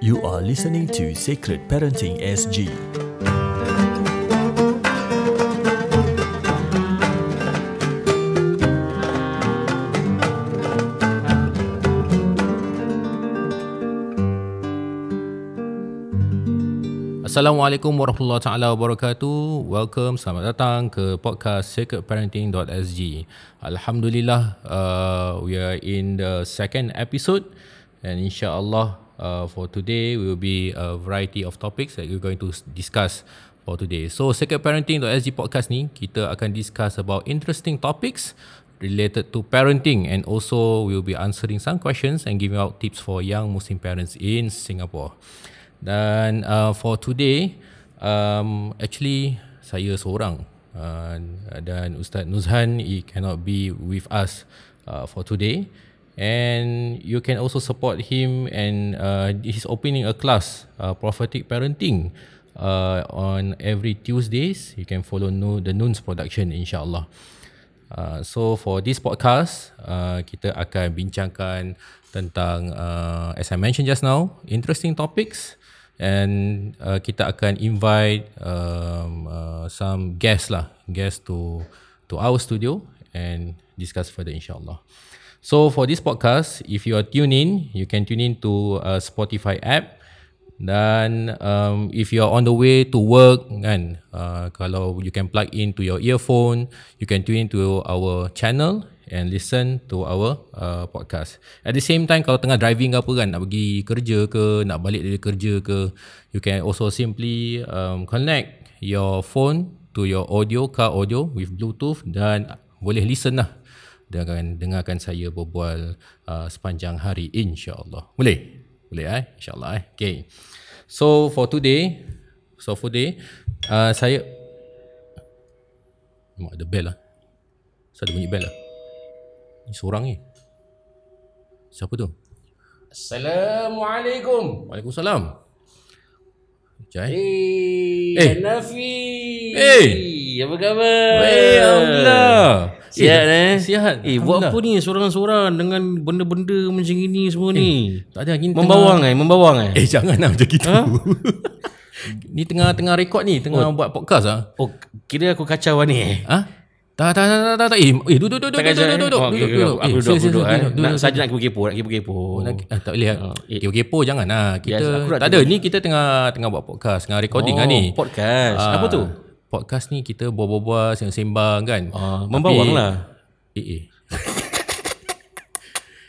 You are listening to Sacred Parenting SG. Assalamualaikum warahmatullahi taala wabarakatuh. Welcome, selamat datang ke podcast sacredparenting.sg. Alhamdulillah, uh, we are in the second episode and insyaallah uh, for today we will be a variety of topics that we're going to s- discuss for today. So sacredparenting.sg podcast ni kita akan discuss about interesting topics related to parenting and also we'll be answering some questions and giving out tips for young Muslim parents in Singapore. Dan uh, for today um, Actually saya seorang uh, Dan Ustaz Nuzhan He cannot be with us uh, for today And you can also support him And uh, he's opening a class uh, Prophetic Parenting uh, On every Tuesdays You can follow no, the Noons production insyaAllah Uh, so for this podcast uh, kita akan bincangkan tentang uh, as I mentioned just now interesting topics and uh, kita akan invite um, uh, some guests lah guests to to our studio and discuss further insyaallah. So for this podcast if you are tuned in you can tune in to uh, Spotify app dan um, if you're on the way to work kan uh, kalau you can plug in to your earphone you can tune into our channel and listen to our uh, podcast at the same time kalau tengah driving ke apa kan nak pergi kerja ke nak balik dari kerja ke you can also simply um, connect your phone to your audio car audio with bluetooth dan boleh listen lah dengan dengarkan saya berbual uh, sepanjang hari insya-Allah boleh boleh eh? InsyaAllah eh? Okay. So for today, so for today, uh, saya... Mak ada bell lah. So ada bunyi bell lah. Ni seorang ni. Siapa tu? Assalamualaikum. Waalaikumsalam. Sekejap eh. Eh. Hey, eh. Nafi. Eh. Apa Hey, khabar? Eh, Alhamdulillah. Sihat eh? Sihat. Eh, buat apa Alhamdulillah. ni seorang-seorang dengan benda-benda macam ini semua ni? Tak ada angin Membawang eh, membawang eh. Tengah... Eh, jangan lah macam gitu. ni tengah-tengah rekod ni. Tengah buat podcast lah. Oh, kira aku kacau ni eh. Ha? Tak, tak, tak, tak, tak, tak. Eh, eh, duduk, duduk, duduk, Tak kacau duduk, eh? duduk, Oh, okey, okey, duduk. Aku Eh, duduk, sila, aku sila, duduk. eh. sila, Nak- duduk, Saja nak kepo, nak kepo. Nak, ah, tak boleh. Uh, kepo-kepo jangan lah. Kita, Biasa, aku dah tak ada. Ni kita tengah tengah buat podcast. Tengah recording lah ni. Podcast. Ah, Apa tu? Podcast ni kita bual-bual-bual, sembang-sembang kan. Ah, Membawang Tapi- lah. Eh, eh.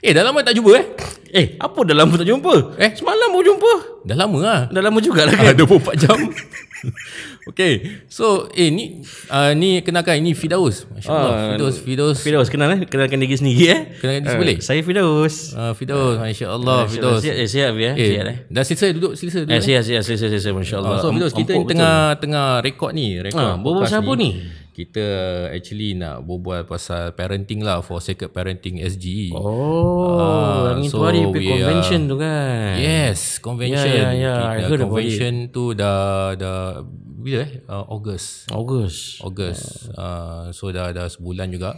eh, dah lama tak jumpa eh? Eh, apa dah lama tak jumpa? Eh? Semalam baru jumpa. Dah lama lah. Dah lama jugalah Ah, kan? 24 jam. okay. So, eh ni uh, ni kenakan ini Fidaus. Masya Allah. Ah, Fidaus, Fidaus. Firdaus, kenal eh? Kenalkan diri sendiri eh? Kenalkan diri Ah, boleh? Saya Firdaus. Uh, Fidaus, Masya Allah. Fidaus. Sihat, eh, sihat, eh, Eh, sihat eh. dah selesai duduk, selesai duduk. Eh, sihat, sihat, sihat, sihat, sihat, Masya Allah. Ah, So Fidos kita ni tengah tengah rekod ni rekod. Ha, berbual podcast siapa ni? Kita actually nak berbual pasal parenting lah for Sacred Parenting E. SGE. Oh, Ah, yang itu so hari pergi we are- convention tu kan. Yes, convention. Ya, ya, ya, I Kita heard about convention tu dah dah bila eh? Uh, Ogos. August. Ogos. Oh. Uh, so dah dah sebulan juga.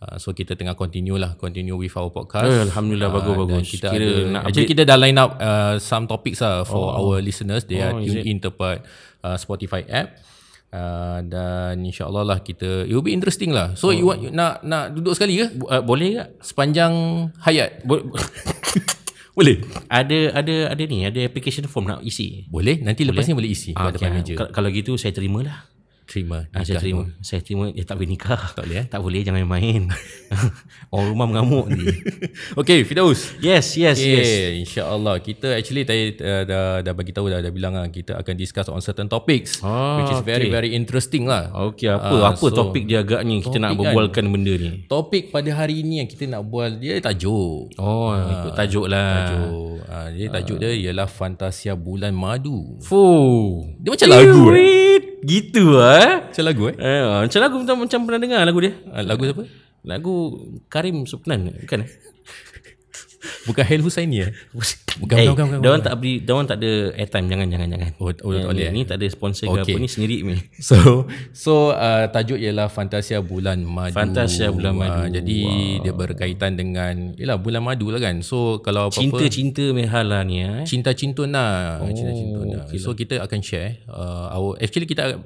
Uh, so kita tengah continue lah continue with our podcast. Ah, Eh, Alhamdulillah, bagus, dan bagus. Kita Kira ada, nak actually kita dah line up uh, some topics lah for oh. our listeners. They oh, are tuned in tepat uh, Spotify app. Uh, dan insyaallah lah kita it will be interesting lah. So oh. you want you nak nak duduk sekali ke? Uh, boleh tak? Sepanjang hayat. Bo- Boleh. ada ada ada ni, ada application form nak isi. Boleh. Nanti lepas ni boleh isi. Ah, Ah, depan meja. okay, Kalau, kalau gitu saya terima lah. Terima. Ah, saya terima. Saya terima. Eh, tak boleh nikah. Tak boleh, eh? Tak boleh, jangan main. Orang rumah mengamuk ni. Okay, Fidaus. Yes, yes, yes. Okay, InsyaAllah Kita actually tadi uh, dah, dah bagi tahu dah, dah bilang lah Kita akan discuss on certain topics Ah, Oh. Which is very okay. very interesting lah Okey, apa apa so- topik dia agaknya kita Topik nak kan? berbualkan benda ni? Topik pada hari ni yang kita nak bual Dia tajuk Oh, ikut tajuk lah. Tajuk uh, Dia tajuk dia ialah Fantasia Bulan Madu Fuh. Dia macam lagu eh? Wait, gitu ah. Macam lagu eh Eh, macam lagu macam, macam pernah dengar lagu dia. Ah, Lagu siapa? Lagu Karim Supnan bukan? eh? Bukan Hel Husaini eh Bukan, Eh, bukan, bukan, bukan. dia orang tak beri, dia orang tak ada airtime. Jangan, jangan, jangan. Oh, oh, Eh, tak boleh, Ni tak ada sponsor okay. ke Okay. apa ni sendiri ni. So so uh, tajuk ialah Fantasia Bulan Madu. Fantasia Bulan Madu. Uh, jadi wow. dia berkaitan dengan ialah bulan madu lah kan. So kalau apa-apa Cinta-cinta mehal lah ni. Eh. cinta cintun lah oh, cinta cintun lah. Okay so kita akan share uh, our actually kita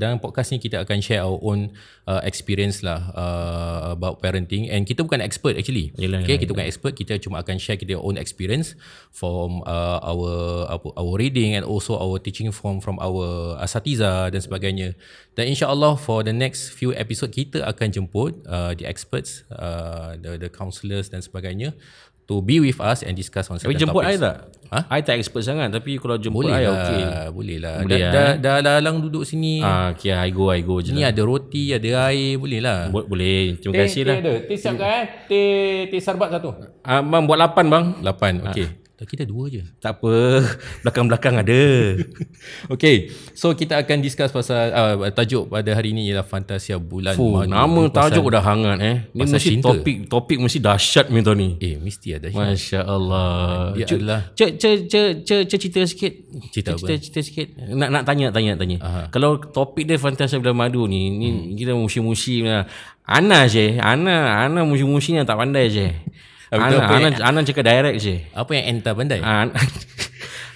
dalam podcast ni kita akan share our own uh, experience lah uh, about parenting and kita bukan expert actually Yelah, okay kita bukan expert kita cuma akan share kita own experience from uh, our apa our reading and also our teaching from from our uh, asatiza dan sebagainya dan insyaallah for the next few episode kita akan jemput uh, the experts uh, the the counselors dan sebagainya to be with us and discuss on Tapi certain jemput topics. I tak? Ha? I tak expert sangat. Tapi kalau jemput Boleh I, lah, okay. boleh lah. Boleh dah, lah, dah, dah, lalang duduk sini. Ha. Ah, okay, I go, I go je Ni lah. ada roti, ada air, boleh lah. Bo- Boleh. Terima kasih lah. ada. Teh siapkan eh. Teh, teh sarbat satu. Ah, bang, buat lapan bang. Ah. Lapan, okey. Ha. Kita dua je. Tak apa. Belakang-belakang ada. Okay, so kita akan discuss pasal uh, tajuk pada hari ini ialah Fantasia Bulan Fuh, Madu. Oh, nama tajuk dah hangat eh. Ni pasal mesti cinta. topik topik mesti dahsyat ni tahun ni. Eh, mesti ada. Masya Allah. Dia Cuk- adalah- Cuk, cuk, cuk, cuk, cuk, cerita sikit. Cerita cuk, cerita, cerita sikit. Nak nak tanya, tanya, tanya. Aha. Kalau topik dia Fantasia Bulan Madu ni, ni hmm. kita musim-musim lah. Ana je. Ana, Ana musim-musim yang tak pandai je. Ana, Betul, apa Ana, Ana cakap direct je. Apa yang enta pandai? Ana,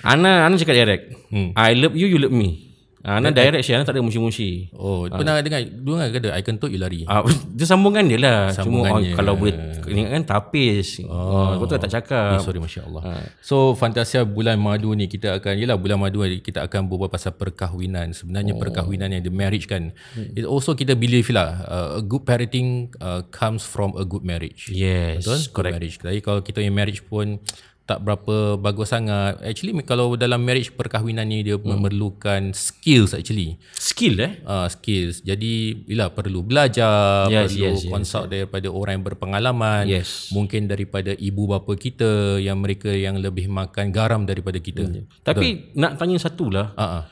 Ana, Ana cakap direct. Hmm. Eh, I love you, you love me. Ana direct je. Ana tak ada musim-musim. Oh, pernah dengar? Dengar ke ada? I kentut, you lari. Ah, dia sambungan dia lah. Cuma oh, Sambungan dia. kalau boleh ni kan tapis. Oh, betul tak Eh, cakap. sorry Masya Allah So Fantasia Bulan Madu ni Kita akan Yelah Bulan Madu ni Kita akan berbual pasal perkahwinan Sebenarnya oh. perkahwinan yang The marriage kan hmm. It also kita believe lah uh, A good parenting uh, Comes from a good marriage Yes. Betul? Correct. Marriage. Jadi kalau kita yang marriage pun tak berapa bagus sangat. Actually kalau dalam marriage perkahwinan ni dia hmm. memerlukan skills actually. Skill eh. Uh, skills. Jadi bila perlu belajar, Yes, perlu yes, yes. consult daripada orang yang berpengalaman, Yes. mungkin daripada ibu bapa kita yang mereka yang lebih makan garam daripada kita. Hmm. Tapi Betul. nak tanya satu lah. Uh-uh.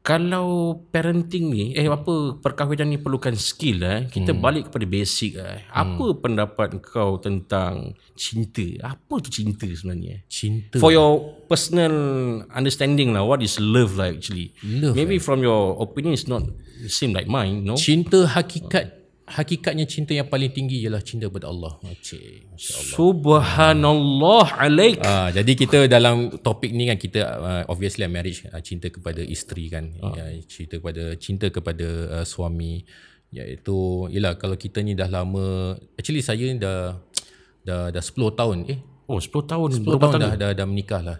Kalau parenting ni, eh apa perkahwinan ni perlukan skill lah. Eh. Kita hmm. balik kepada basic lah. Eh. Apa pendapat kau tentang cinta? Apa tu cinta sebenarnya? Cinta. For your personal understanding lah, what is love lah actually? Love, Maybe from your opinion, it's not same like mine, no? Cinta hakikat hakikatnya cinta yang paling tinggi ialah cinta kepada Allah. Okey. Subhanallah alaik. Ya Ah, jadi kita dalam topik ni kan kita uh, obviously marriage uh, cinta kepada isteri kan. Ah. Ya, cinta kepada cinta kepada uh, suami iaitu yalah kalau kita ni dah lama actually saya ni dah dah dah 10 tahun eh Oh, 10 tahun. 10 tahun dah, dah dah menikah lah.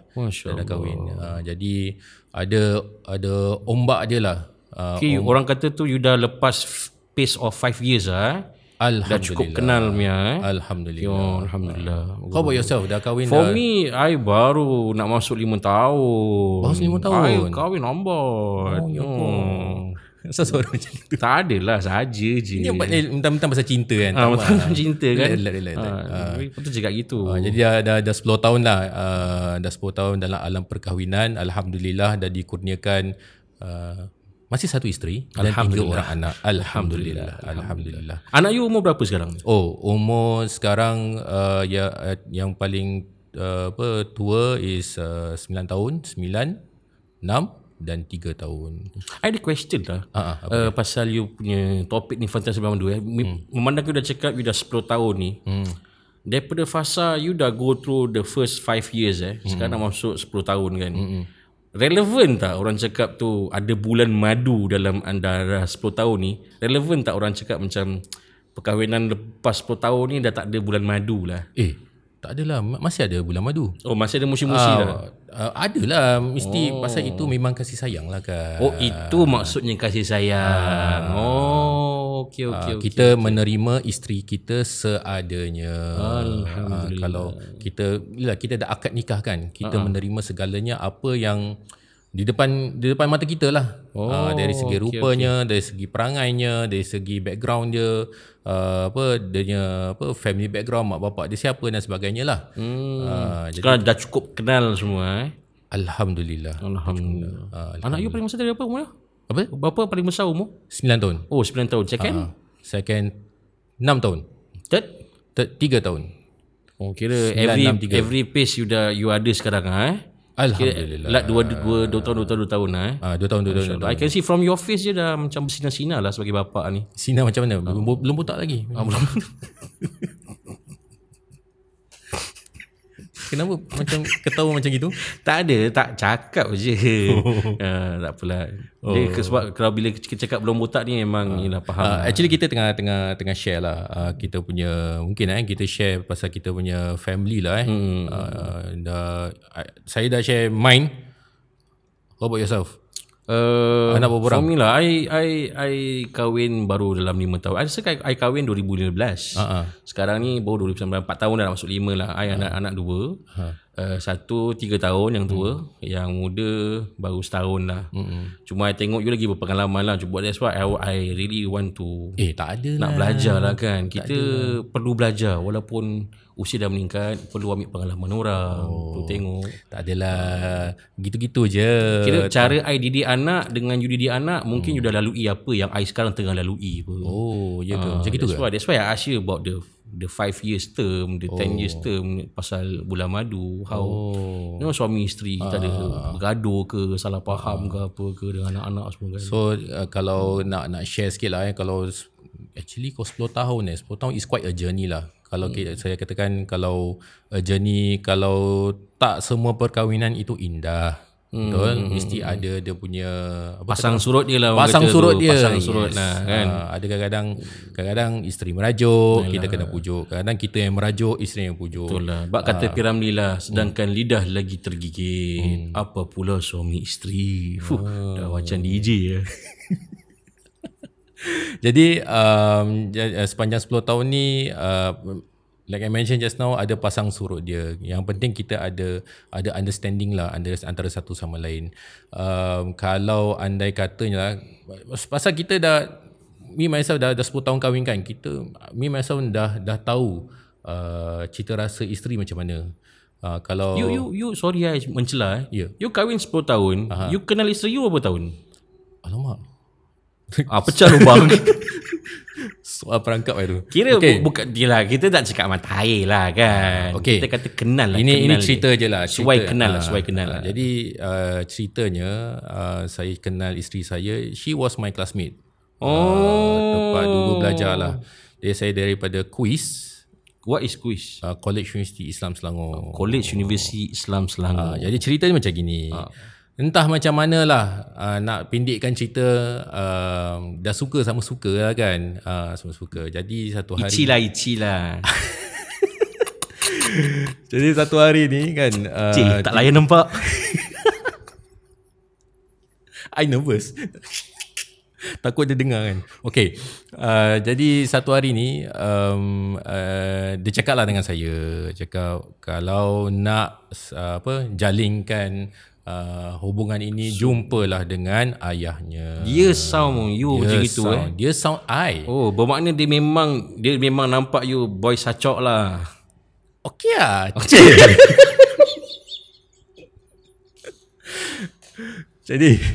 Dah, Masya dah kahwin. Uh, jadi ada ada ombak dia lah. Uh, Okay, orang kata tu you dah lepas f- pace of 5 years lah. Eh. Dah Alhamdulillah. Ah, ya. cukup kenal Mia eh. Alhamdulillah. Oh, Alhamdulillah. How about yourself? Dah kahwin dah For me, I baru nak masuk 5 tahun. Baru lima I tahun. ya kahwin ambat. Oh, oh. Asal suara macam ni? Tak adalah, saja je. Ni minta-minta pasal cinta kan. Ah, Tak apa. betul cinta kan. Relax, relax, relax. Ah, Betul cakap gitu. Ah, jadi dah, dah, dah 10 tahun lah uh, Dah 10 tahun dalam alam perkahwinan Alhamdulillah dah dikurniakan uh, Masih satu isteri Dan tiga orang anak Alhamdulillah Alhamdulillah Anak you umur berapa sekarang? Oh umur sekarang uh, ya, uh, Yang paling uh, apa, tua is uh, 9 tahun 9 6 dan 3 tahun I ada question lah Ah, ah, uh, pasal you punya topik ni Fantasy Bulan Madu eh. Hmm. Memandang you dah cakap you dah 10 tahun ni. Hmm. Daripada fasa you dah go through the first 5 years eh. Sekarang hmm. masuk 10 tahun kan. Hmm. Relevan tak orang cakap tu ada bulan madu dalam antara 10 tahun ni? Relevan tak orang cakap macam perkahwinan lepas 10 tahun ni dah tak ada bulan madu lah. Eh tak adalah ma- Masih ada bulan madu Oh masih ada musim-musim lah. Uh, ada lah Mesti oh. pasal itu memang kasih sayang lah kan Oh itu maksudnya kasih sayang. Oh okey okey. okay, kita okay. menerima isteri kita seadanya. Alhamdulillah. kalau kita bila kita dah akad nikah kan, kita uh-huh. menerima segalanya apa yang di depan di depan mata kita lah. Oh, dari segi okay, rupanya, okay. dari segi perangainya, dari segi background dia, uh, apa dia punya apa family background mak bapak dia siapa dan sebagainya lah. Hmm. Uh, jadi Sekarang dah cukup kenal semua eh. alhamdulillah. Alhamdulillah. Anak you paling besar dari berapa umur? dia? Ah, Apa? Ah, Berapa paling besar umur? 9 tahun. Oh, 9 tahun. Second? Second 6 tahun. Third? Ter- 3 tahun. Oh kira Every 963. every pace you dah you ada sekarang ah eh. Alhamdulillah. Like dua, dua, dua tahun, dua tahun, dua tahun lah eh. Ah, dua tahun, dua tahun, dua tahun. I can see from your face je dah macam bersinar-sinar lah sebagai bapak ni. Sina macam mana? Belum, belum botak lagi. Ah, belum. Kenapa macam ketawa macam gitu? Tak ada, tak cakap je. uh, tak apalah. Oh. Dia ke- sebab kalau bila kita cakap belum botak ni memang uh. ialah faham. Uh, actually kita tengah tengah tengah share lah uh, kita punya mungkin eh kita share pasal kita punya family lah eh. Hmm. Uh, dah, I- saya dah share mine. How about yourself? Uh, Anak berapa orang? For me lah, I, I, I kahwin baru dalam 5 tahun. I rasa I, I kahwin 2015. Ah, ah. Sekarang ni baru 2019, 4 tahun dah nak masuk 5 lah. I anak-anak dua. Uh, satu 3 tahun yang tua. Yang muda baru setahun lah. Cuma I tengok you lagi berpengalaman lah. Cuba that's why I, I really want to Eh tak ada lah. nak belajar lah kan. Kita perlu belajar walaupun usia dah meningkat. Perlu ambil pengalaman orang. Perlu tengok. Tak adalah. Gitu-gitu je. Kira cara I didik anak dengan you didik anak mungkin you dah lalui apa yang I sekarang tengah lalui apa. Hmm. Oh, ya ke? Ah, macam gitu ke? that's why, that's why I ask you about the the five years term, the oh. ten years term pasal bulan madu, how oh. you know, suami isteri kita ada Ah. bergaduh ke, salah faham ke apa ke dengan anak-anak semua kan. So, So uh, kalau nak nak share sikit lah eh, kalau s- actually kau 10 tahun eh 10 tahun is quite a journey lah. Kalau hmm. saya katakan kalau a journey kalau tak semua perkahwinan itu indah. Hmm. Betul? Mesti ada dia punya apa pasang surut dia lah orang pasang kata surut tu, dia Pasang surut Yes. lah kan. Ah, ada kadang-kadang kadang-kadang isteri merajuk kita kena pujuk kadang-kadang kita yang merajuk isteri yang pujuk Betul lah. Bak kata Ah. Piramli lah sedangkan Hmm. lidah lagi tergigit. Apa pula suami isteri. Fuh, dah Ah. macam DJ ya. Jadi um, ja- uh, sepanjang 10 tahun ni uh, like I mentioned just now ada pasang surut dia. Yang penting kita ada ada understanding lah antara, antara satu sama lain. Um, kalau andai katanya lah, pasal kita dah me myself dah dah 10 tahun kahwin kan. Kita me myself dah dah tahu uh, cita rasa isteri macam mana. Uh, kalau You you you sorry I mencela eh. Ya. You kahwin 10 tahun, uh-huh. you kenal isteri you berapa tahun? alamak ah pecah lubang. soal perangkap lah tu. Kira okay. bukan dia lah kita tak cakap mata air lah kan. Ah, Okey. Kita kata kenal lah. ini ini kenal cerita je lah cerita. Suai kenal lah, Ah, suai kenal ah, lah. jadi uh, ceritanya uh, saya kenal isteri saya she was my classmate Oh. uh, tempat dulu belajar lah dia saya daripada kuis What is quiz? uh, College University Islam Selangor College University Islam Ah, Selangor. jadi cerita dia macam gini. Entah macam mana lah uh, nak pendekkan cerita uh, dah suka sama suka lah kan. Uh, sama suka. Jadi satu Ah, hari Ichi lah, Ichi lah. jadi satu hari ni kan uh, Cik, tak layan nampak. Ah. I nervous Takut dia dengar kan Okay uh, Jadi satu hari ni um, uh, Dia cakap lah dengan saya Cakap Kalau nak uh, apa Jalinkan uh, Hubungan ini Jumpalah dengan ayahnya Dia Ya, sound you macam gitu eh. Ya, sound, Dia sound I Oh, bermakna dia memang dia memang nampak you boy sacok lah. Okay lah Jadi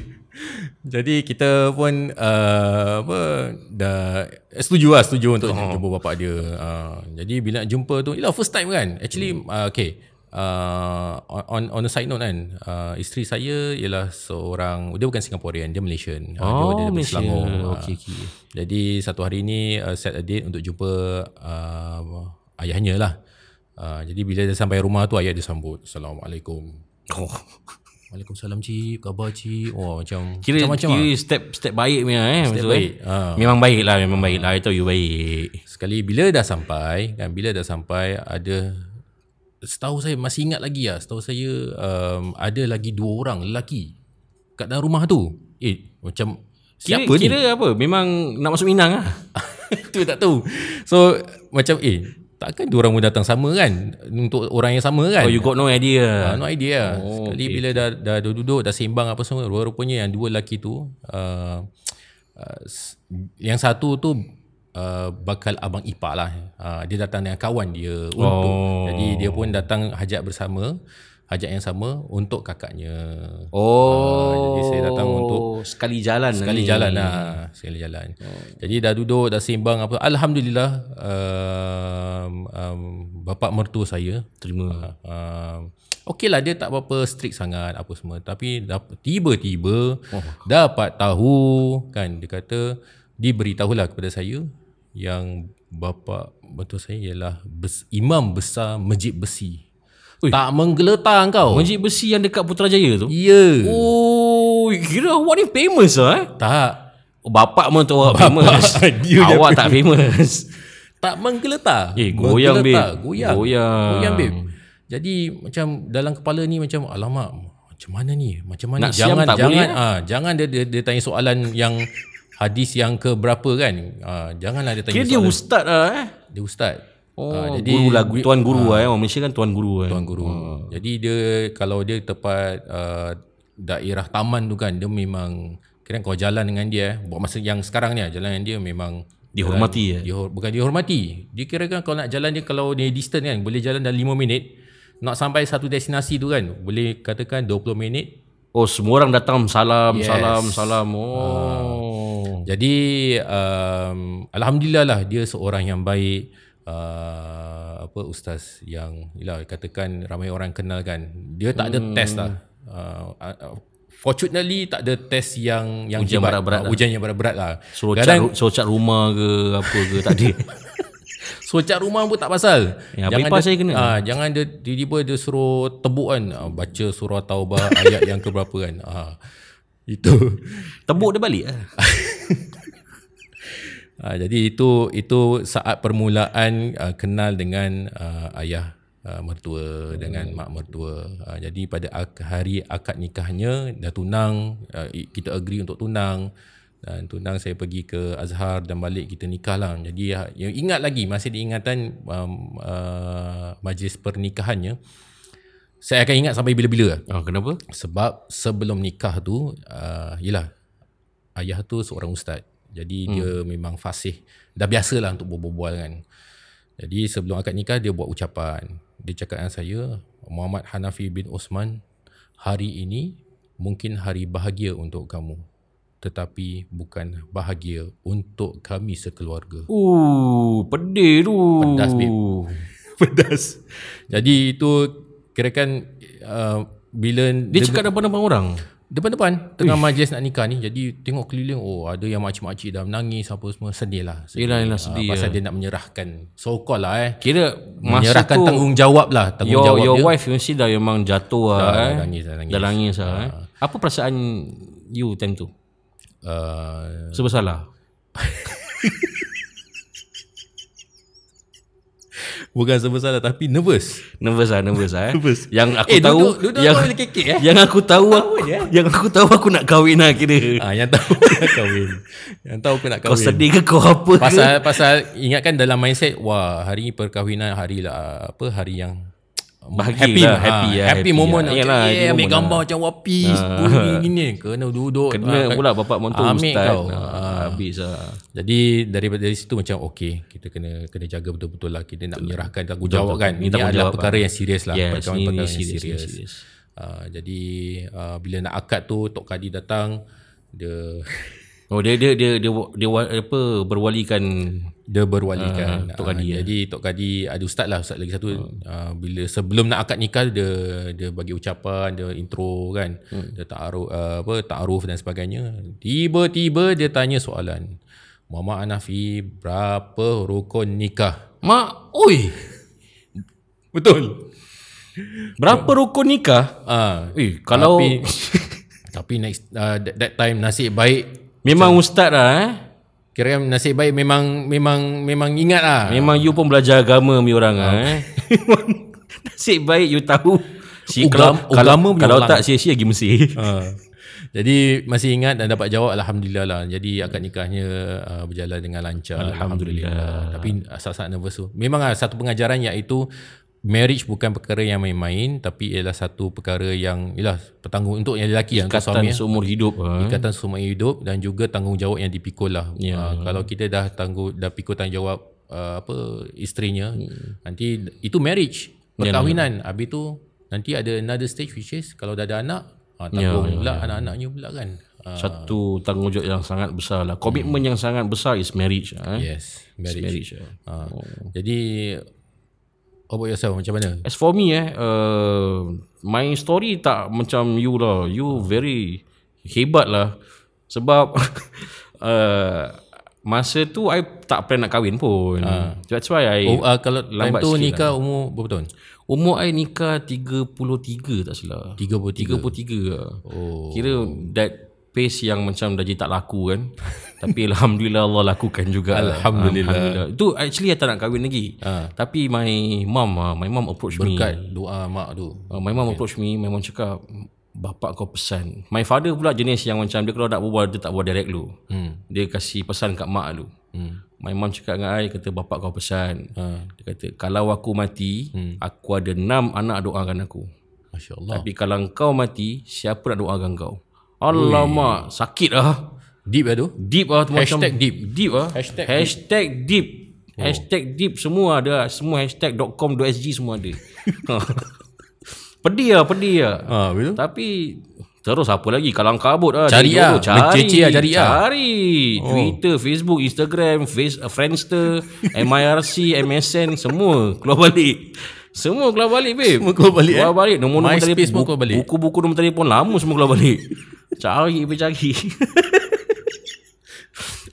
Jadi kita pun uh, apa dah eh, setuju lah setuju untuk oh. jumpa bapak dia. Uh, jadi bila nak jumpa tu ialah first time kan. Actually hmm. uh, okay uh, on on a side note kan uh, isteri saya ialah seorang dia bukan Singaporean dia Malaysian. Uh, Oh, dia, dia daripada Malaysia. Selangor. Uh, Okey, okey. Jadi satu hari ni uh, set a date untuk jumpa uh, ayahnya lah. Uh, jadi bila dia sampai rumah tu ayah dia sambut. Assalamualaikum. Oh. Waalaikumsalam cip, khabar cip. Wah macam Kira macam-macam ah? kira step step baik punya eh. Step baik. Ah. Memang baik lah, memang baik lah. I tahu you baik. Sekali bila dah sampai kan bila dah sampai ada setahu saya masih ingat lagi lah setahu saya um, ada lagi dua orang lelaki kat dalam rumah tu. Eh macam Kira, siapa ni? kira apa? Memang nak masuk Minang lah. Itu tak tahu. So macam eh takkan dua orang pun datang sama kan untuk orang yang sama kan? Oh, you got no Ah, idea. no idea. Oh, Oh, Sekali okay, okay, bila dah, dah duduk, dah sembang apa semua, rupanya yang dua lelaki tu, uh, uh, s- yang satu tu uh, bakal abang ipar Oh. lah. Uh, dia datang dengan kawan dia untuk. Jadi dia pun datang hajat bersama. hajat yang sama untuk kakaknya. Oh. jadi saya datang untuk sekali jalan. Sekali ni. jalan lah Sekali jalan Jadi dah duduk Dah sembang apa Alhamdulillah um, um, Bapak mertua saya Terima. um, Okey lah dia tak apa-apa strict sangat Apa semua Tapi dap- tiba-tiba oh. Dapat tahu Kan dia kata Diberitahulah kepada saya Yang Bapak mertua saya ialah bes, Imam besar Masjid Besi Ui. Tak menggeletar kau Masjid besi yang dekat Putrajaya tu. Ya oh. Oh, kira awak ni famous lah eh. Tak Oh, Bapak pun tahu awak famous. Dia dah awak tak famous. Tak menggeletar. Eh, goyang, Menggeletar. babe. Goyang. Goyang. Goyang, babe. Jadi macam dalam kepala ni macam alamak macam mana ni? Macam mana? Nak siam tak jangan boleh, eh?" ah jangan dia, dia dia tanya soalan yang hadis yang ke berapa kan? Ah janganlah dia tanya Kira dia soalan. ustaz lah eh. dia ustaz. Oh, Ah, jadi, guru lah. Tuan guru lah eh. Orang Malaysia kan tuan guru eh. tuan guru. Jadi dia kalau dia tepat uh, daerah taman tu kan dia memang kira kau jalan dengan dia eh. Buat masa yang sekarang ni ah, jalan dengan dia memang Dihormati eh. Dia, bukan dihormati. Dia kira kan kalau nak jalan dia kalau dia distance kan boleh jalan dalam 5 minit. Nak sampai satu destinasi tu kan boleh katakan 20 minit. Oh, semua orang datang salam, Yes. salam, salam. Oh. Jadi um, alhamdulillah lah dia seorang yang baik uh, apa ustaz yang yalah katakan ramai orang kenal kan. Dia tak ada Hmm. test lah. Uh, uh, fortunately tak ada test yang yang Ujian hebat. berat-berat Ah, Ujian yang berat-berat lah. Suruh cat, ru- suruh cat rumah ke apa ke tak ada. So cat rumah pun tak pasal. Ya, bypass saya kena. Ah, jangan dia tiba-tiba dia suruh tebuk kan. Ah, baca surah taubah ayat yang ke berapa kan. Ah. Itu. Tebuk dia balik lah. Ah, jadi itu itu saat permulaan ah, kenal dengan ah, ayah ah, mertua dengan mak mertua. Ah, jadi pada ak- hari akad nikahnya dah tunang ah, i- kita agree untuk tunang. Dan tunang saya pergi ke Azhar dan balik kita nikah lah. Jadi ah, yang ingat lagi masih diingatan um, uh, majlis pernikahannya. Saya akan ingat sampai bila-bila lah. Ah, kenapa? Sebab sebelum nikah tu uh, Yelah Ayah tu seorang ustaz Jadi hmm. dia memang fasih Dah biasalah untuk berbual kan Jadi sebelum akad nikah Dia buat ucapan Dia cakap dengan saya Muhammad Hanafi bin Osman Hari ini Mungkin hari bahagia untuk kamu Tetapi bukan bahagia Untuk kami sekeluarga Uh, pedih tu. Pedas, babe. Pedas Jadi itu Kirakan uh, Bila Dia cakap depan-depan orang. Depan-depan Tengah majlis nak nikah ni Jadi tengok keliling Oh ada yang makcik-makcik dah menangis Apa semua Sedih lah sedih. Yelah, yelah, Ah, sedih Pasal dia nak menyerahkan So called lah eh Kira masa Menyerahkan tu tanggungjawab lah your, Tanggungjawab your dia Ah, wife mesti dah memang jatuh lah. dah eh. nangis, dah nangis. Dah nangis lah. eh. Apa perasaan you time tu? uh, Serba salah. Bukan sebesar lah Tapi nervous Nervous lah, nervous lah. Eh. nervous. Yang aku Eh, tahu duduk- duduk yang, kau boleh kekek, eh? yang aku tahu aku, yang aku tahu aku nak kahwin lah kira. ah, Yang tahu aku nak kahwin Yang tahu aku nak Kau kahwin sedih ke kau apa ke? Pasal pasal ingatkan dalam mindset Wah hari perkahwinan hari lah Apa hari yang Bahagia happy ah, lah, happy lah, happy happy moment lah. lah. Yalah, Macam, happy eh, ambil moment gambar macam wapi sepuluh gini, gini kena duduk Kena Ah, pula bapak mentua ambil ustaz. kau. Ah, habis lah. jadi daripada dari situ macam okey kita kena kena jaga betul-betul lah kita nak menyerahkan tanggungjawab kan ini Ni adalah tanggungjawab, ah. perkara yang serius lah perkara, Yes, ni- ni perkara yang serius, serius, ni serius. serius. Uh, jadi uh, bila nak akad tu Tok Kadi datang dia Oh dia dia dia dia, dia, wa- apa berwalikan dia berwalikan Ah, Tok Ah, Kadi, eh. Hmm. jadi Tok Kadi ada ustaz lah ustaz lagi satu uh, bila sebelum nak akad nikah dia dia bagi ucapan dia intro kan Hmm. dia ta'aruf uh, apa ta'aruf dan sebagainya tiba-tiba dia tanya soalan Muhammad Anafi berapa rukun nikah mak oi betul berapa rukun nikah? Ah, Eh kalau tapi, tapi next uh, that, that time nasib baik memang ustaz lah eh. kira nasib baik memang memang memang ingat lah. Memang you pun belajar agama mi orang ah eh. Nasib baik you tahu. Si Ugam- kalau kalau, ugama punya kalau orang. tak sia-sia pergi Mesir. Ha. Jadi masih ingat dan dapat jawab alhamdulillah lah. Jadi akad nikahnya uh, berjalan dengan lancar. Alhamdulillah. Tapi uh, saat-saat nervous tu. Memang uh, satu pengajaran iaitu marriage bukan perkara yang main-main tapi ialah satu perkara yang ialah pertanggung untuk yang lelaki yang untuk Katan suami. eh. seumur hidup ah. ikatan semua hidup dan juga tanggungjawab yang dipikul lah. Yeah. Uh, kalau kita dah tangguh dah pikul tanggungjawab ah, Hmm. Ya, uh, apa isterinya nanti itu marriage perkahwinan habis tu Nanti ada another stage which is kalau dah ada anak, ha, tanggung yeah, pula yeah. anak-anaknya pula kan. Ha, Satu tanggungjawab yang sangat besar lah. Komitmen yang sangat besar is marriage. Eh? yes, marriage. Marriage. eh. Ha. Jadi how about yourself macam mana? As for me eh, uh, my story tak macam you lah. You very hebat lah. Sebab uh, masa tu I tak plan nak kahwin pun. Uh. That's why I Oh, uh, kalau time Lambat tu sikit nikah lah. umur berapa tahun? Umur I nikah 33 tak salah. 33. 33 lah. Oh. Kira that pace yang macam dah jadi tak laku kan. Tapi Alhamdulillah Allah lakukan juga. lah. Alhamdulillah. Ah. Alhamdulillah. Itu actually I tak nak kahwin lagi. Ha. Tapi my mom, ah, my mom approach Kat me. doa mak tu. Uh, my mom approach me, my mom cakap, bapak kau pesan. My father pula jenis yang macam dia kalau nak berbual, dia tak buat direct lu. Hmm. Dia kasih pesan kat mak lu. Hmm. My mom cakap dengan I, kata bapak kau pesan. Ha. Dia kata, kalau aku mati, hmm. aku ada enam anak doakan aku. Masya-Allah. Tapi kalau kau mati, siapa nak doakan kau? Alamak, sakit ah. Deep lah tu. Deep ah tu Hashtag macam deep. Deep ah. Hashtag deep. Oh. hashtag deep. Hashtag deep semua ada. Semua hashtag .com.sg semua ada. Ha. pedih ah, pedih ah. Ha, betul. Tapi terus apa lagi kalau kabut ah Cari dari ah. dulu, cari Menceceh ah, cari ah. cari Twitter Facebook Instagram face, uh, Friendster MIRC MSN semua keluar balik semua keluar balik babe semua keluar balik, keluar eh. balik nombor-nombor MySpace pun bu- keluar balik. buku-buku nombor telefon lama semua keluar balik cari babe cari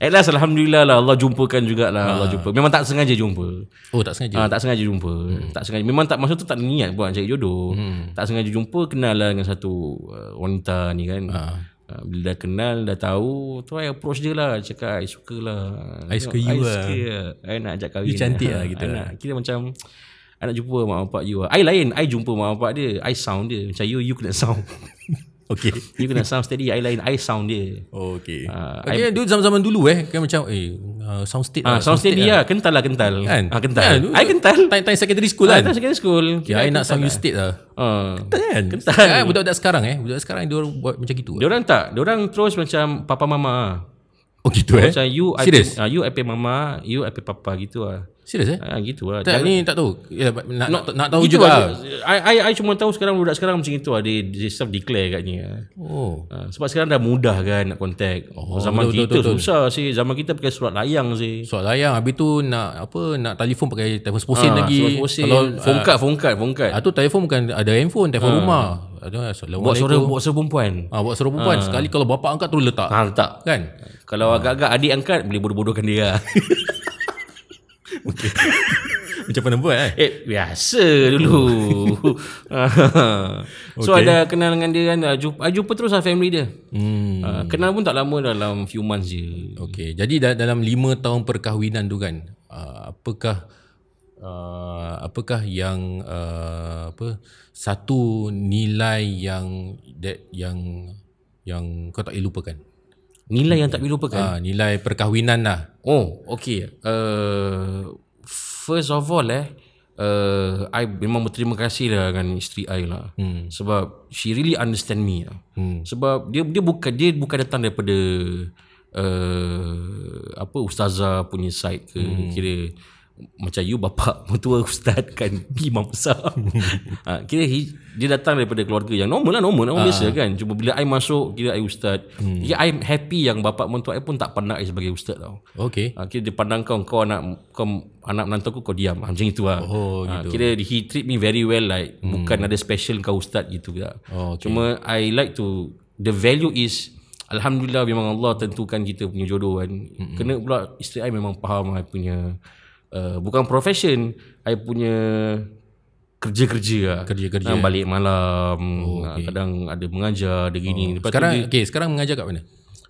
At last Alhamdulillah lah Allah jumpakan jugalah Ah. Allah jumpa Memang tak sengaja jumpa Oh, tak sengaja. Ah, tak sengaja jumpa. Hmm. Tak sengaja. Memang tak masa tu tak ada niat buat nak cari jodoh. Hmm. Tak sengaja jumpa kenal lah dengan satu uh, wanita ni kan. Ha. Ah. Uh, bila dah kenal dah tahu tu I approach dia lah cakap I suka lah I suka you lah. suka lah I nak ajak kahwin You cantik lah, Ha, gitu I nak, kira macam I nak jumpa mak bapak you lah I lain I jumpa mak bapak dia I sound dia macam you you kena sound Okay. you kena sound steady I lain I sound dia Oh, okay. Ah, okay, dulu zaman-zaman dulu eh. Kan macam, eh, uh, sound state Ah, lah. sound steady lah. Kental lah kental. Kan? Ah, kental. Kan? I kental. Time, time secondary school I kan? tak secondary school. Okay, I nak sound you state lah. Ah. Kan? Sekarang, budak-budak sekarang eh. Budak sekarang dia orang buat macam gitu. Diorang tak Diorang terus macam Papa mama ah. Oh, gitu eh? Macam you I Serious? pay, ah, You I pay mama You I pay papa gitu lah Serius eh? ah, Gitu lah Tak, ni tak tahu. Ya, nak, nak, nak tahu Itu juga lah. lah I, I, I cuma tahu sekarang Budak sekarang macam itu lah They, they self declare katnya Oh. Ah, sebab sekarang dah mudah kan Nak contact oh, betul, Zaman betul, betul, kita betul. betul, susah sih Zaman kita pakai surat layang sih Soal layang habis tu nak apa nak telefon pakai telefon sposin Ah, lagi. surat posin. Phone card Phone card, phone card. Ah tu telefon bukan ada handphone, telefon rumah. Ada Buat suara Assalamualaikum. Buat suara perempuan Ah buat suara perempuan sekali kalau bapa angkat terus letak. ah, Tak Kan? Kalau agak-agak adik angkat Boleh bodoh-bodohkan dia lah Macam mana buat eh? Eh biasa dulu So okay. ada kenal dengan dia kan I jumpa, I jumpa terus lah family dia hmm. uh, Kenal pun tak lama dalam few months je Okey, jadi da- dalam lima tahun perkahwinan tu kan, uh, apakah uh, apakah yang uh, apa satu nilai yang that yang yang kau tak boleh lupakan? Nilai yang tak boleh lupakan Uh, nilai perkahwinan lah. Oh okay uh, First of all eh uh, I memang berterima kasih lah dengan isteri I lah hmm. Sebab she really understand me lah. hmm. Sebab dia dia bukan dia bukan datang daripada uh, apa ustazah punya side ke hmm. kira macam you bapa mertua ustaz kan pi mampusah ha, kira he, dia datang daripada keluarga yang normal lah normal orang biasa kan cuma bila I masuk kira I ustaz hmm. kira I happy yang bapa mertua I pun tak pandang I sebagai ustaz tau Okey. ha, kira dia pandang kau kau anak kau anak menantu aku kau diam ha, macam itu lah Oh, ha, kira he treat me very well like hmm. bukan ada special kau ustaz gitu tak Oh, okay. cuma I like to the value is Alhamdulillah memang Allah tentukan kita punya jodoh kan. Mm-hmm. Kena pula isteri I memang faham I punya uh, bukan profession, I punya kerja-kerja lah. Kerja-kerja, Ah, balik malam, oh, okay. kadang ada mengajar, ada gini. Oh. Lepas Sekarang tu dia, okey, sekarang mengajar kat mana?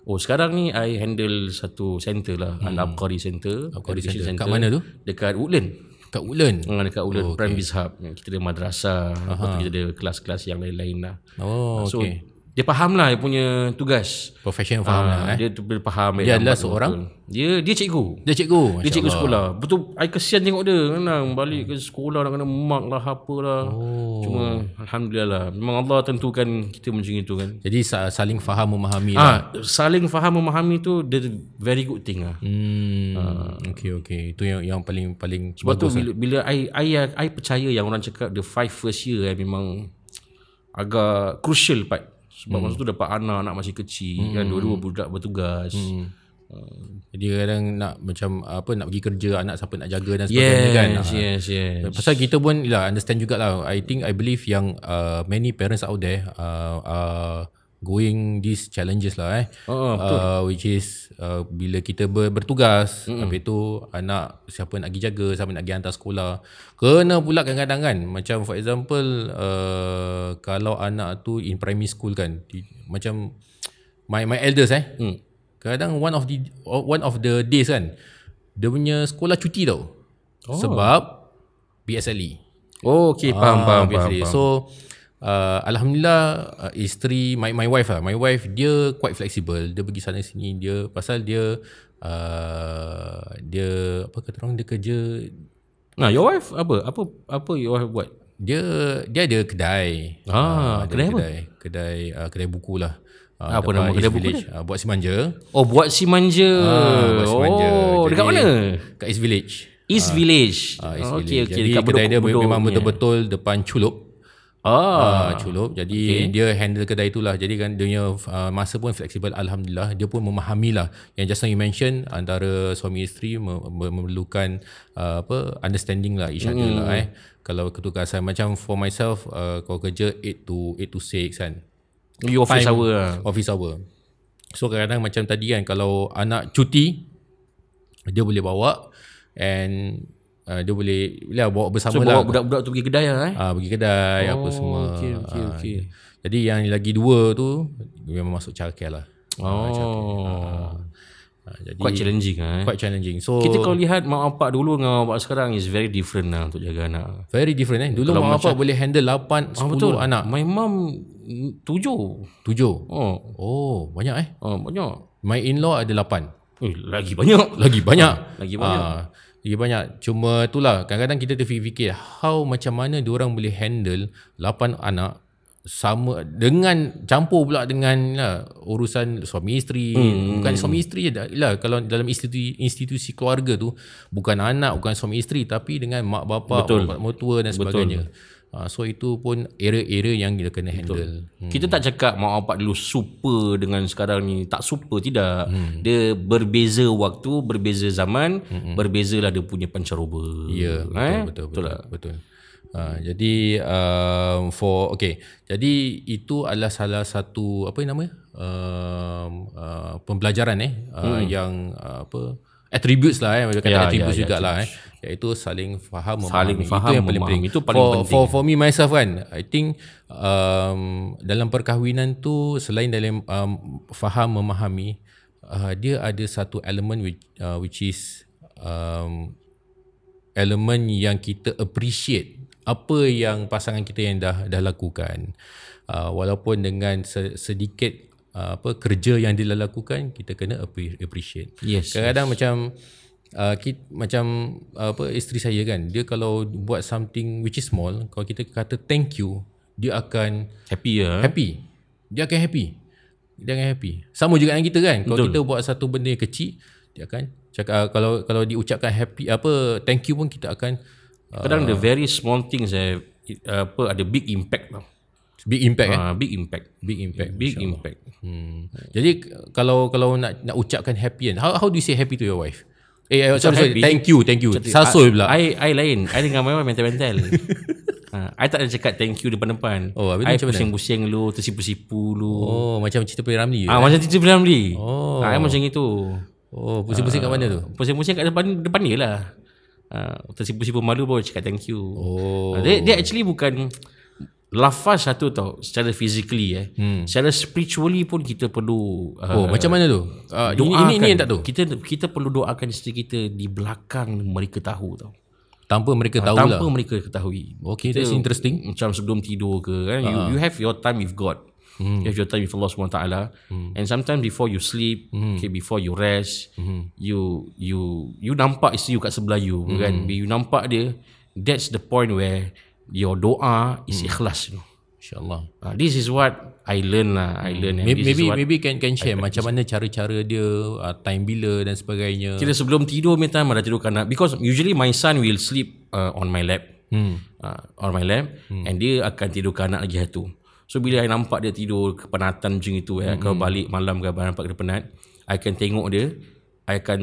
oh sekarang ni I handle satu center lah, mm. Al-Abqari Center. Abqari Education Centre. Hmm. Kat mana tu? Dekat Woodland. Kat Woodland. Hmm, dekat Ulun oh, okay. Prime Biz Hub. Kita ada madrasah, lepas tu kita ada kelas-kelas yang lain-lain lah. Oh, So okey. dia faham lah dia punya tugas. Professional faham lah eh. Dia tu boleh faham Dia eh, adalah lambat seorang? Ah, betul. Dia dia cikgu. Dia cikgu. Dia Masya cikgu Allah. sekolah. Betul I kesian tengok dia kan balik ke sekolah nak kena mark lah apalah. Oh. Cuma alhamdulillah lah. Memang Allah tentukan kita macam itu kan. Jadi sa- saling faham memahami lah. Ah, saling faham memahami tu the very good thing lah. Hmm. Ah. Okey okey. Itu yang yang paling paling Sebab tu bila, bila I, I, I percaya yang orang cakap the five first year eh, memang agak crucial part sebab Hmm. masa tu dapat anak anak masih kecil kan dua-dua budak bertugas Hmm. Jadi kadang nak macam apa nak pergi kerja anak siapa nak jaga dan sebagainya kan. yes yes yes Pasal kita pun lah understand jugalah. I think I believe yang uh, many parents out there uh, are going these challenges lah eh. Oh, uh, which is uh, bila kita ber, bertugas mm habis tu anak siapa nak pergi jaga, siapa nak pergi hantar sekolah. Kena pula kadang-kadang kan macam for example uh, kalau anak tu in primary school kan di, macam my my elders eh. Mm. Kadang one of the one of the days kan dia punya sekolah cuti tau. Oh. Sebab PSLE. oh okey E. Ah, faham faham faham, PSLE. faham. So uh, alhamdulillah uh, isteri my my wife lah. My wife dia quite flexible. Dia pergi sana sini dia pasal dia uh, dia apa kata orang dia kerja nah your wife apa apa apa your wife buat dia dia ada kedai. Ah, dia ada kedai kedai kedai uh, kedai buku lah. Uh, Apa nama kedai buku Uh, buat Simanja oh buat si manja Ah, buat si manja. oh Jadi- dekat mana kat East Village. East Village Ah, East Oh, Village. okey okey Jadi dekat kedai dia Bedok-Bedok memang ni, eh. betul-betul depan culup. Ah, ah culup. Jadi okay. dia handle kedai itulah. Jadi kan dia punya uh, masa pun fleksibel alhamdulillah. Dia pun memahami lah yang just now you mention antara suami isteri me- me- memerlukan uh, apa understanding lah each other Hmm. lah eh. Kalau ketugasan macam for myself uh, kalau kerja 8 to 8 to 6 kan. you office hour lah Office hour. So kadang-kadang macam tadi kan kalau anak cuti dia boleh bawa and uh, dia boleh lah bawa bersama So lah. bawa budak-budak tu pergi kedai lah eh Ah pergi kedai oh, apa semua. okey, okey, Ah, okey. Jadi yang lagi dua tu memang masuk childcare lah. Oh Ah, jadi Quite challenging lah eh quite challenging. So Kita kalau lihat mak bapak dulu dengan mak bapak sekarang is very different lah untuk jaga anak. very different eh. Dulu mak bapak boleh handle Ah, 8 10 anak. My mum mm, tujuh. 7. Oh, Oh, banyak eh. oh banyak. My in-law ada 8. Eh, lagi banyak. Lagi banyak. Lagi banyak. Ah, lagi banyak. Cuma itulah kadang-kadang kita terfikir how macam mana diorang boleh handle 8 anak sama dengan campur pula dengan lah, urusan suami isteri hmm. bukan suami isteri je dah- lah kalau dalam institusi institusi keluarga tu bukan anak bukan suami isteri tapi dengan mak bapa Betul. mak mertua dan sebagainya Ah, so itu pun area-area yang kita kena handle Hmm. Kita tak cakap mak bapak dulu super dengan sekarang ni. Tak super, tidak. Hmm. Dia berbeza waktu, berbeza zaman, hmm. berbezalah dia punya pancaroba. Ya, betul, eh? betul, betul, betul, betul, betul. Uh, jadi um, for okay, jadi itu adalah salah satu apa nama um, uh, pembelajaran eh uh, yang uh, apa attributes lah eh macam kata Hmm. Ya, yeah, ya, attributes ya, yeah, jugalah yeah, eh iaitu saling faham Saling memahami faham, itu yang paling memahami. penting Itu paling for, penting. for for me myself kan I think um, dalam perkahwinan tu selain dalam um, faham memahami uh, dia ada satu elemen which, uh, which is um, elemen yang kita appreciate apa yang pasangan kita yang dah dah lakukan uh, walaupun dengan se- sedikit uh, apa kerja yang dia lakukan kita kena appre- appreciate Yes. kadang-kadang macam uh, kita, macam uh, apa isteri saya kan dia kalau buat something which is small kalau kita kata thank you dia akan Happy ya. Eh? happy. Dia akan happy. Dia akan happy. Sama juga dengan kita kan. Kalau Betul. kita buat satu benda yang kecil, dia akan cakap ah, kalau kalau diucapkan happy apa thank you pun kita akan uh, Kadang the very small things eh, it- apa ada big impact lah. tau. big impact kan. Ah, big impact. Big impact. Big impact. Hmm. Jadi kalau kalau nak nak ucapkan happy kan. How how do you say happy to your wife? Eh eh, sorry, sorry. happy. Ah. thank you thank you. Sasoi pula. I, I lain. I dengan mama mental-mental. ha, I tak ada cakap thank you depan-depan. Oh, habis tu I macam mana? pusing-pusing dulu, tersipu-sipu dulu. oh macam cerita Peri Ramli. Ah, Ah. macam teacher Bilal Ramli. Oh. Ah, I macam itu. Oh pusing-pusing kat mana tu? Pusing-pusing kat depan depan dia lah. Ah, tersipu-sipu malu baru cakap thank you. Oh. Ah, Dia, dia actually bukan lafaz satu tau secara physically eh. Hmm. Secara spiritually pun kita perlu ah, Oh macam mana tu? Uh, ini ini ini yang tak tahu. Kita kita perlu doakan isteri kita di belakang mereka tahu tau. Tanpa mereka tahu Ah, Tanpa lah. mereka ketahui. Okay, that's interesting. Macam sebelum tidur ke kan you, Ah. you have your time with God. Hmm. You have your time with Allah SWT And sometimes before you sleep, Hmm. okay, before you rest, you you you nampak isteri you kat sebelah you Hmm. kan. Bila you nampak dia, that's the point where your doa is ikhlas. You know. Hmm. InsyaAllah. Ah, this is what I learn lah. I learn. and Maybe this is maybe, what- maybe can can share macam mana cara-cara dia uh, time bila dan sebagainya. Kira sebelum tidur punya time ada tidurkan anak because usually my son will sleep uh, on my lap. Hmm. Uh, on my lap hmm. and dia akan tidurkan anak lagi satu. So bila I nampak dia tidur kepenatan macam itu eh, mm-hmm. kalau balik malam ke nampak dia penat, I akan tengok dia, I akan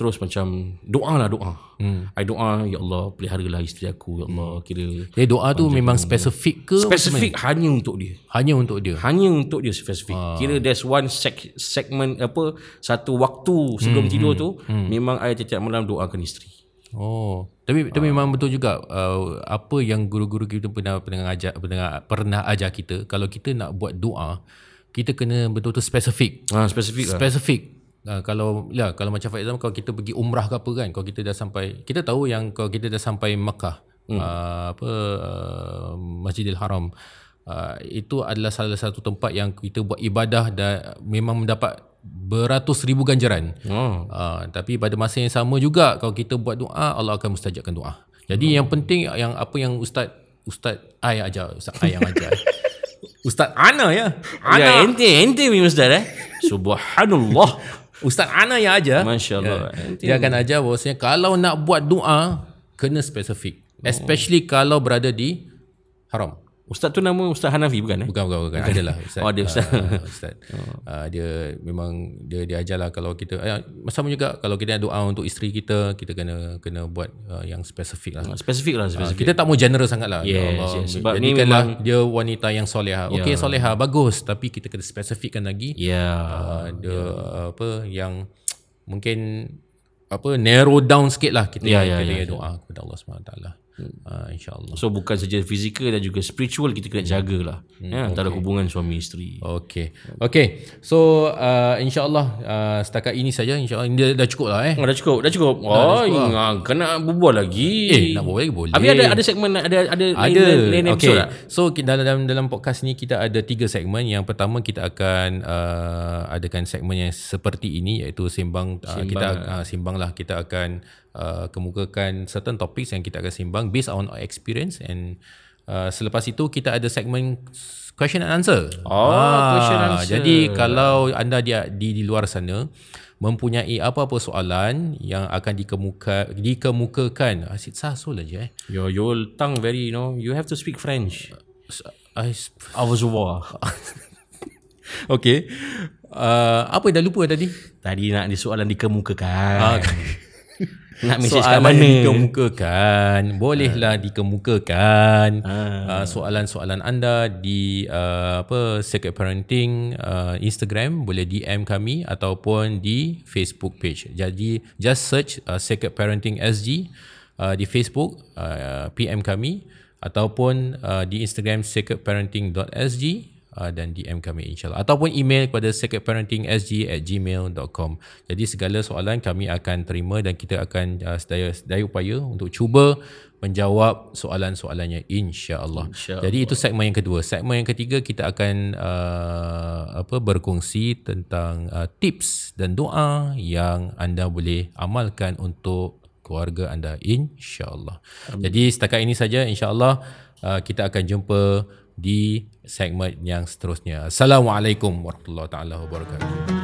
terus macam doa lah doa. Mm. I doa, Ya Allah peliharalah isteri aku, Ya Allah kira. Jadi doa tu memang spesifik ke? Spesifik hanya untuk dia. Hanya untuk dia. Hanya untuk dia spesifik. Kira there's one seg- segment apa satu waktu sebelum tidur tu memang I setiap malam doakan isteri. Oh, tapi tapi memang betul juga uh, apa yang guru-guru kita pernah pernah ajak pernah pernah ajar kita kalau kita nak buat doa kita kena betul-betul spesifik. Ah spesifik lah. Spesifik. Uh, kalau ya kalau macam for example kalau kita pergi umrah ke apa kan kalau kita dah sampai kita tahu yang kalau kita dah sampai Mekah hmm. uh, apa uh, Masjidil Haram uh, itu adalah salah satu tempat yang kita buat ibadah dan memang mendapat beratus ribu ganjaran. Oh. Uh, tapi pada masa yang sama juga kalau kita buat doa Allah akan mustajabkan doa. Jadi hmm. yang penting yang apa yang ustaz ustaz ai ajar ustaz ai yang ajar. ustaz Ana ya. Ana. Ya, ente ente punya ustaz eh. Subhanallah. Ustaz Ana yang ajar. Masya Allah. Dia akan ajar bahawasanya kalau nak buat doa kena spesifik. Hmm. Especially kalau berada di haram. Ustaz tu nama Ustaz Hanafi bukan eh? Bukan bukan bukan. Adalah ustaz. Oh, ada ustaz. Oh. Uh, ustaz. Uh, dia memang dia dia ajarlah kalau kita uh, sama juga kalau kita nak doa untuk isteri kita, kita kena kena buat uh, yang spesifik lah. Spesifik lah spesifik. Kita tak mau general sangat lah. Yes, yes. Sebab ni Jadikanlah dia wanita yang soleha. Yeah. Okey soleha, bagus. Tapi kita kena spesifikkan lagi. Ya. Yeah. Uh, ada uh, apa yang mungkin apa narrow down sikit lah kita Ya, kita ya, ya, punya doa kepada Allah SWT hmm. uh, insyaAllah So bukan saja fizikal dan juga spiritual kita kena jagalah. Hmm, ya, antara hubungan suami isteri. Okay Okay So uh, InsyaAllah uh, Setakat ini saja InsyaAllah Ini dah, dah cukup lah eh Oh, dah cukup, dah cukup. Oh, ingat kena berbual lagi. Eh nak buat lagi boleh Habis ada ada segmen ada ada lain- ada lain, lain okay. episode tak? lah. So ki- dalam dalam dalam podcast ni kita ada tiga segmen. Yang pertama kita akan uh, adakan segmen yang seperti ini iaitu sembang, sembang. Uh, kita eh. uh, simbanglah kita akan uh, kemukakan certain topics yang kita akan simbang based on our experience and uh, selepas itu kita ada segmen question and answer. Oh, question and answer. Jadi kalau anda di, di di luar sana mempunyai apa-apa soalan yang akan dikemuka dikemukakan asyik sasul aja eh. Your your tongue very you know, you have to speak French. I sp- Au revoir. Okay. Uh, apa yang dah lupa tadi? Tadi nak di soalan dikemukakan. nak message kat Soalan mana? Ah. yang dikemukakan. Bolehlah dikemukakan. Uh, soalan-soalan anda di uh, apa Secret Parenting uh, Instagram boleh DM kami ataupun di Facebook page. Jadi just search uh, Secret Parenting SG uh, di Facebook uh, PM kami ataupun uh, di Instagram sacredparenting.sg uh, dan DM kami insyaAllah ataupun email kepada sacredparentingsg at gmail.com jadi segala soalan kami akan terima dan kita akan uh, sedaya, sedaya upaya untuk cuba menjawab soalan-soalannya insyaAllah Insya jadi itu segmen yang kedua segmen yang ketiga kita akan uh, apa berkongsi tentang uh, tips dan doa yang anda boleh amalkan untuk keluarga anda insyaallah. Jadi setakat ini saja insyaallah uh, kita akan jumpa di segmen yang seterusnya. Assalamualaikum warahmatullahi taala wabarakatuh.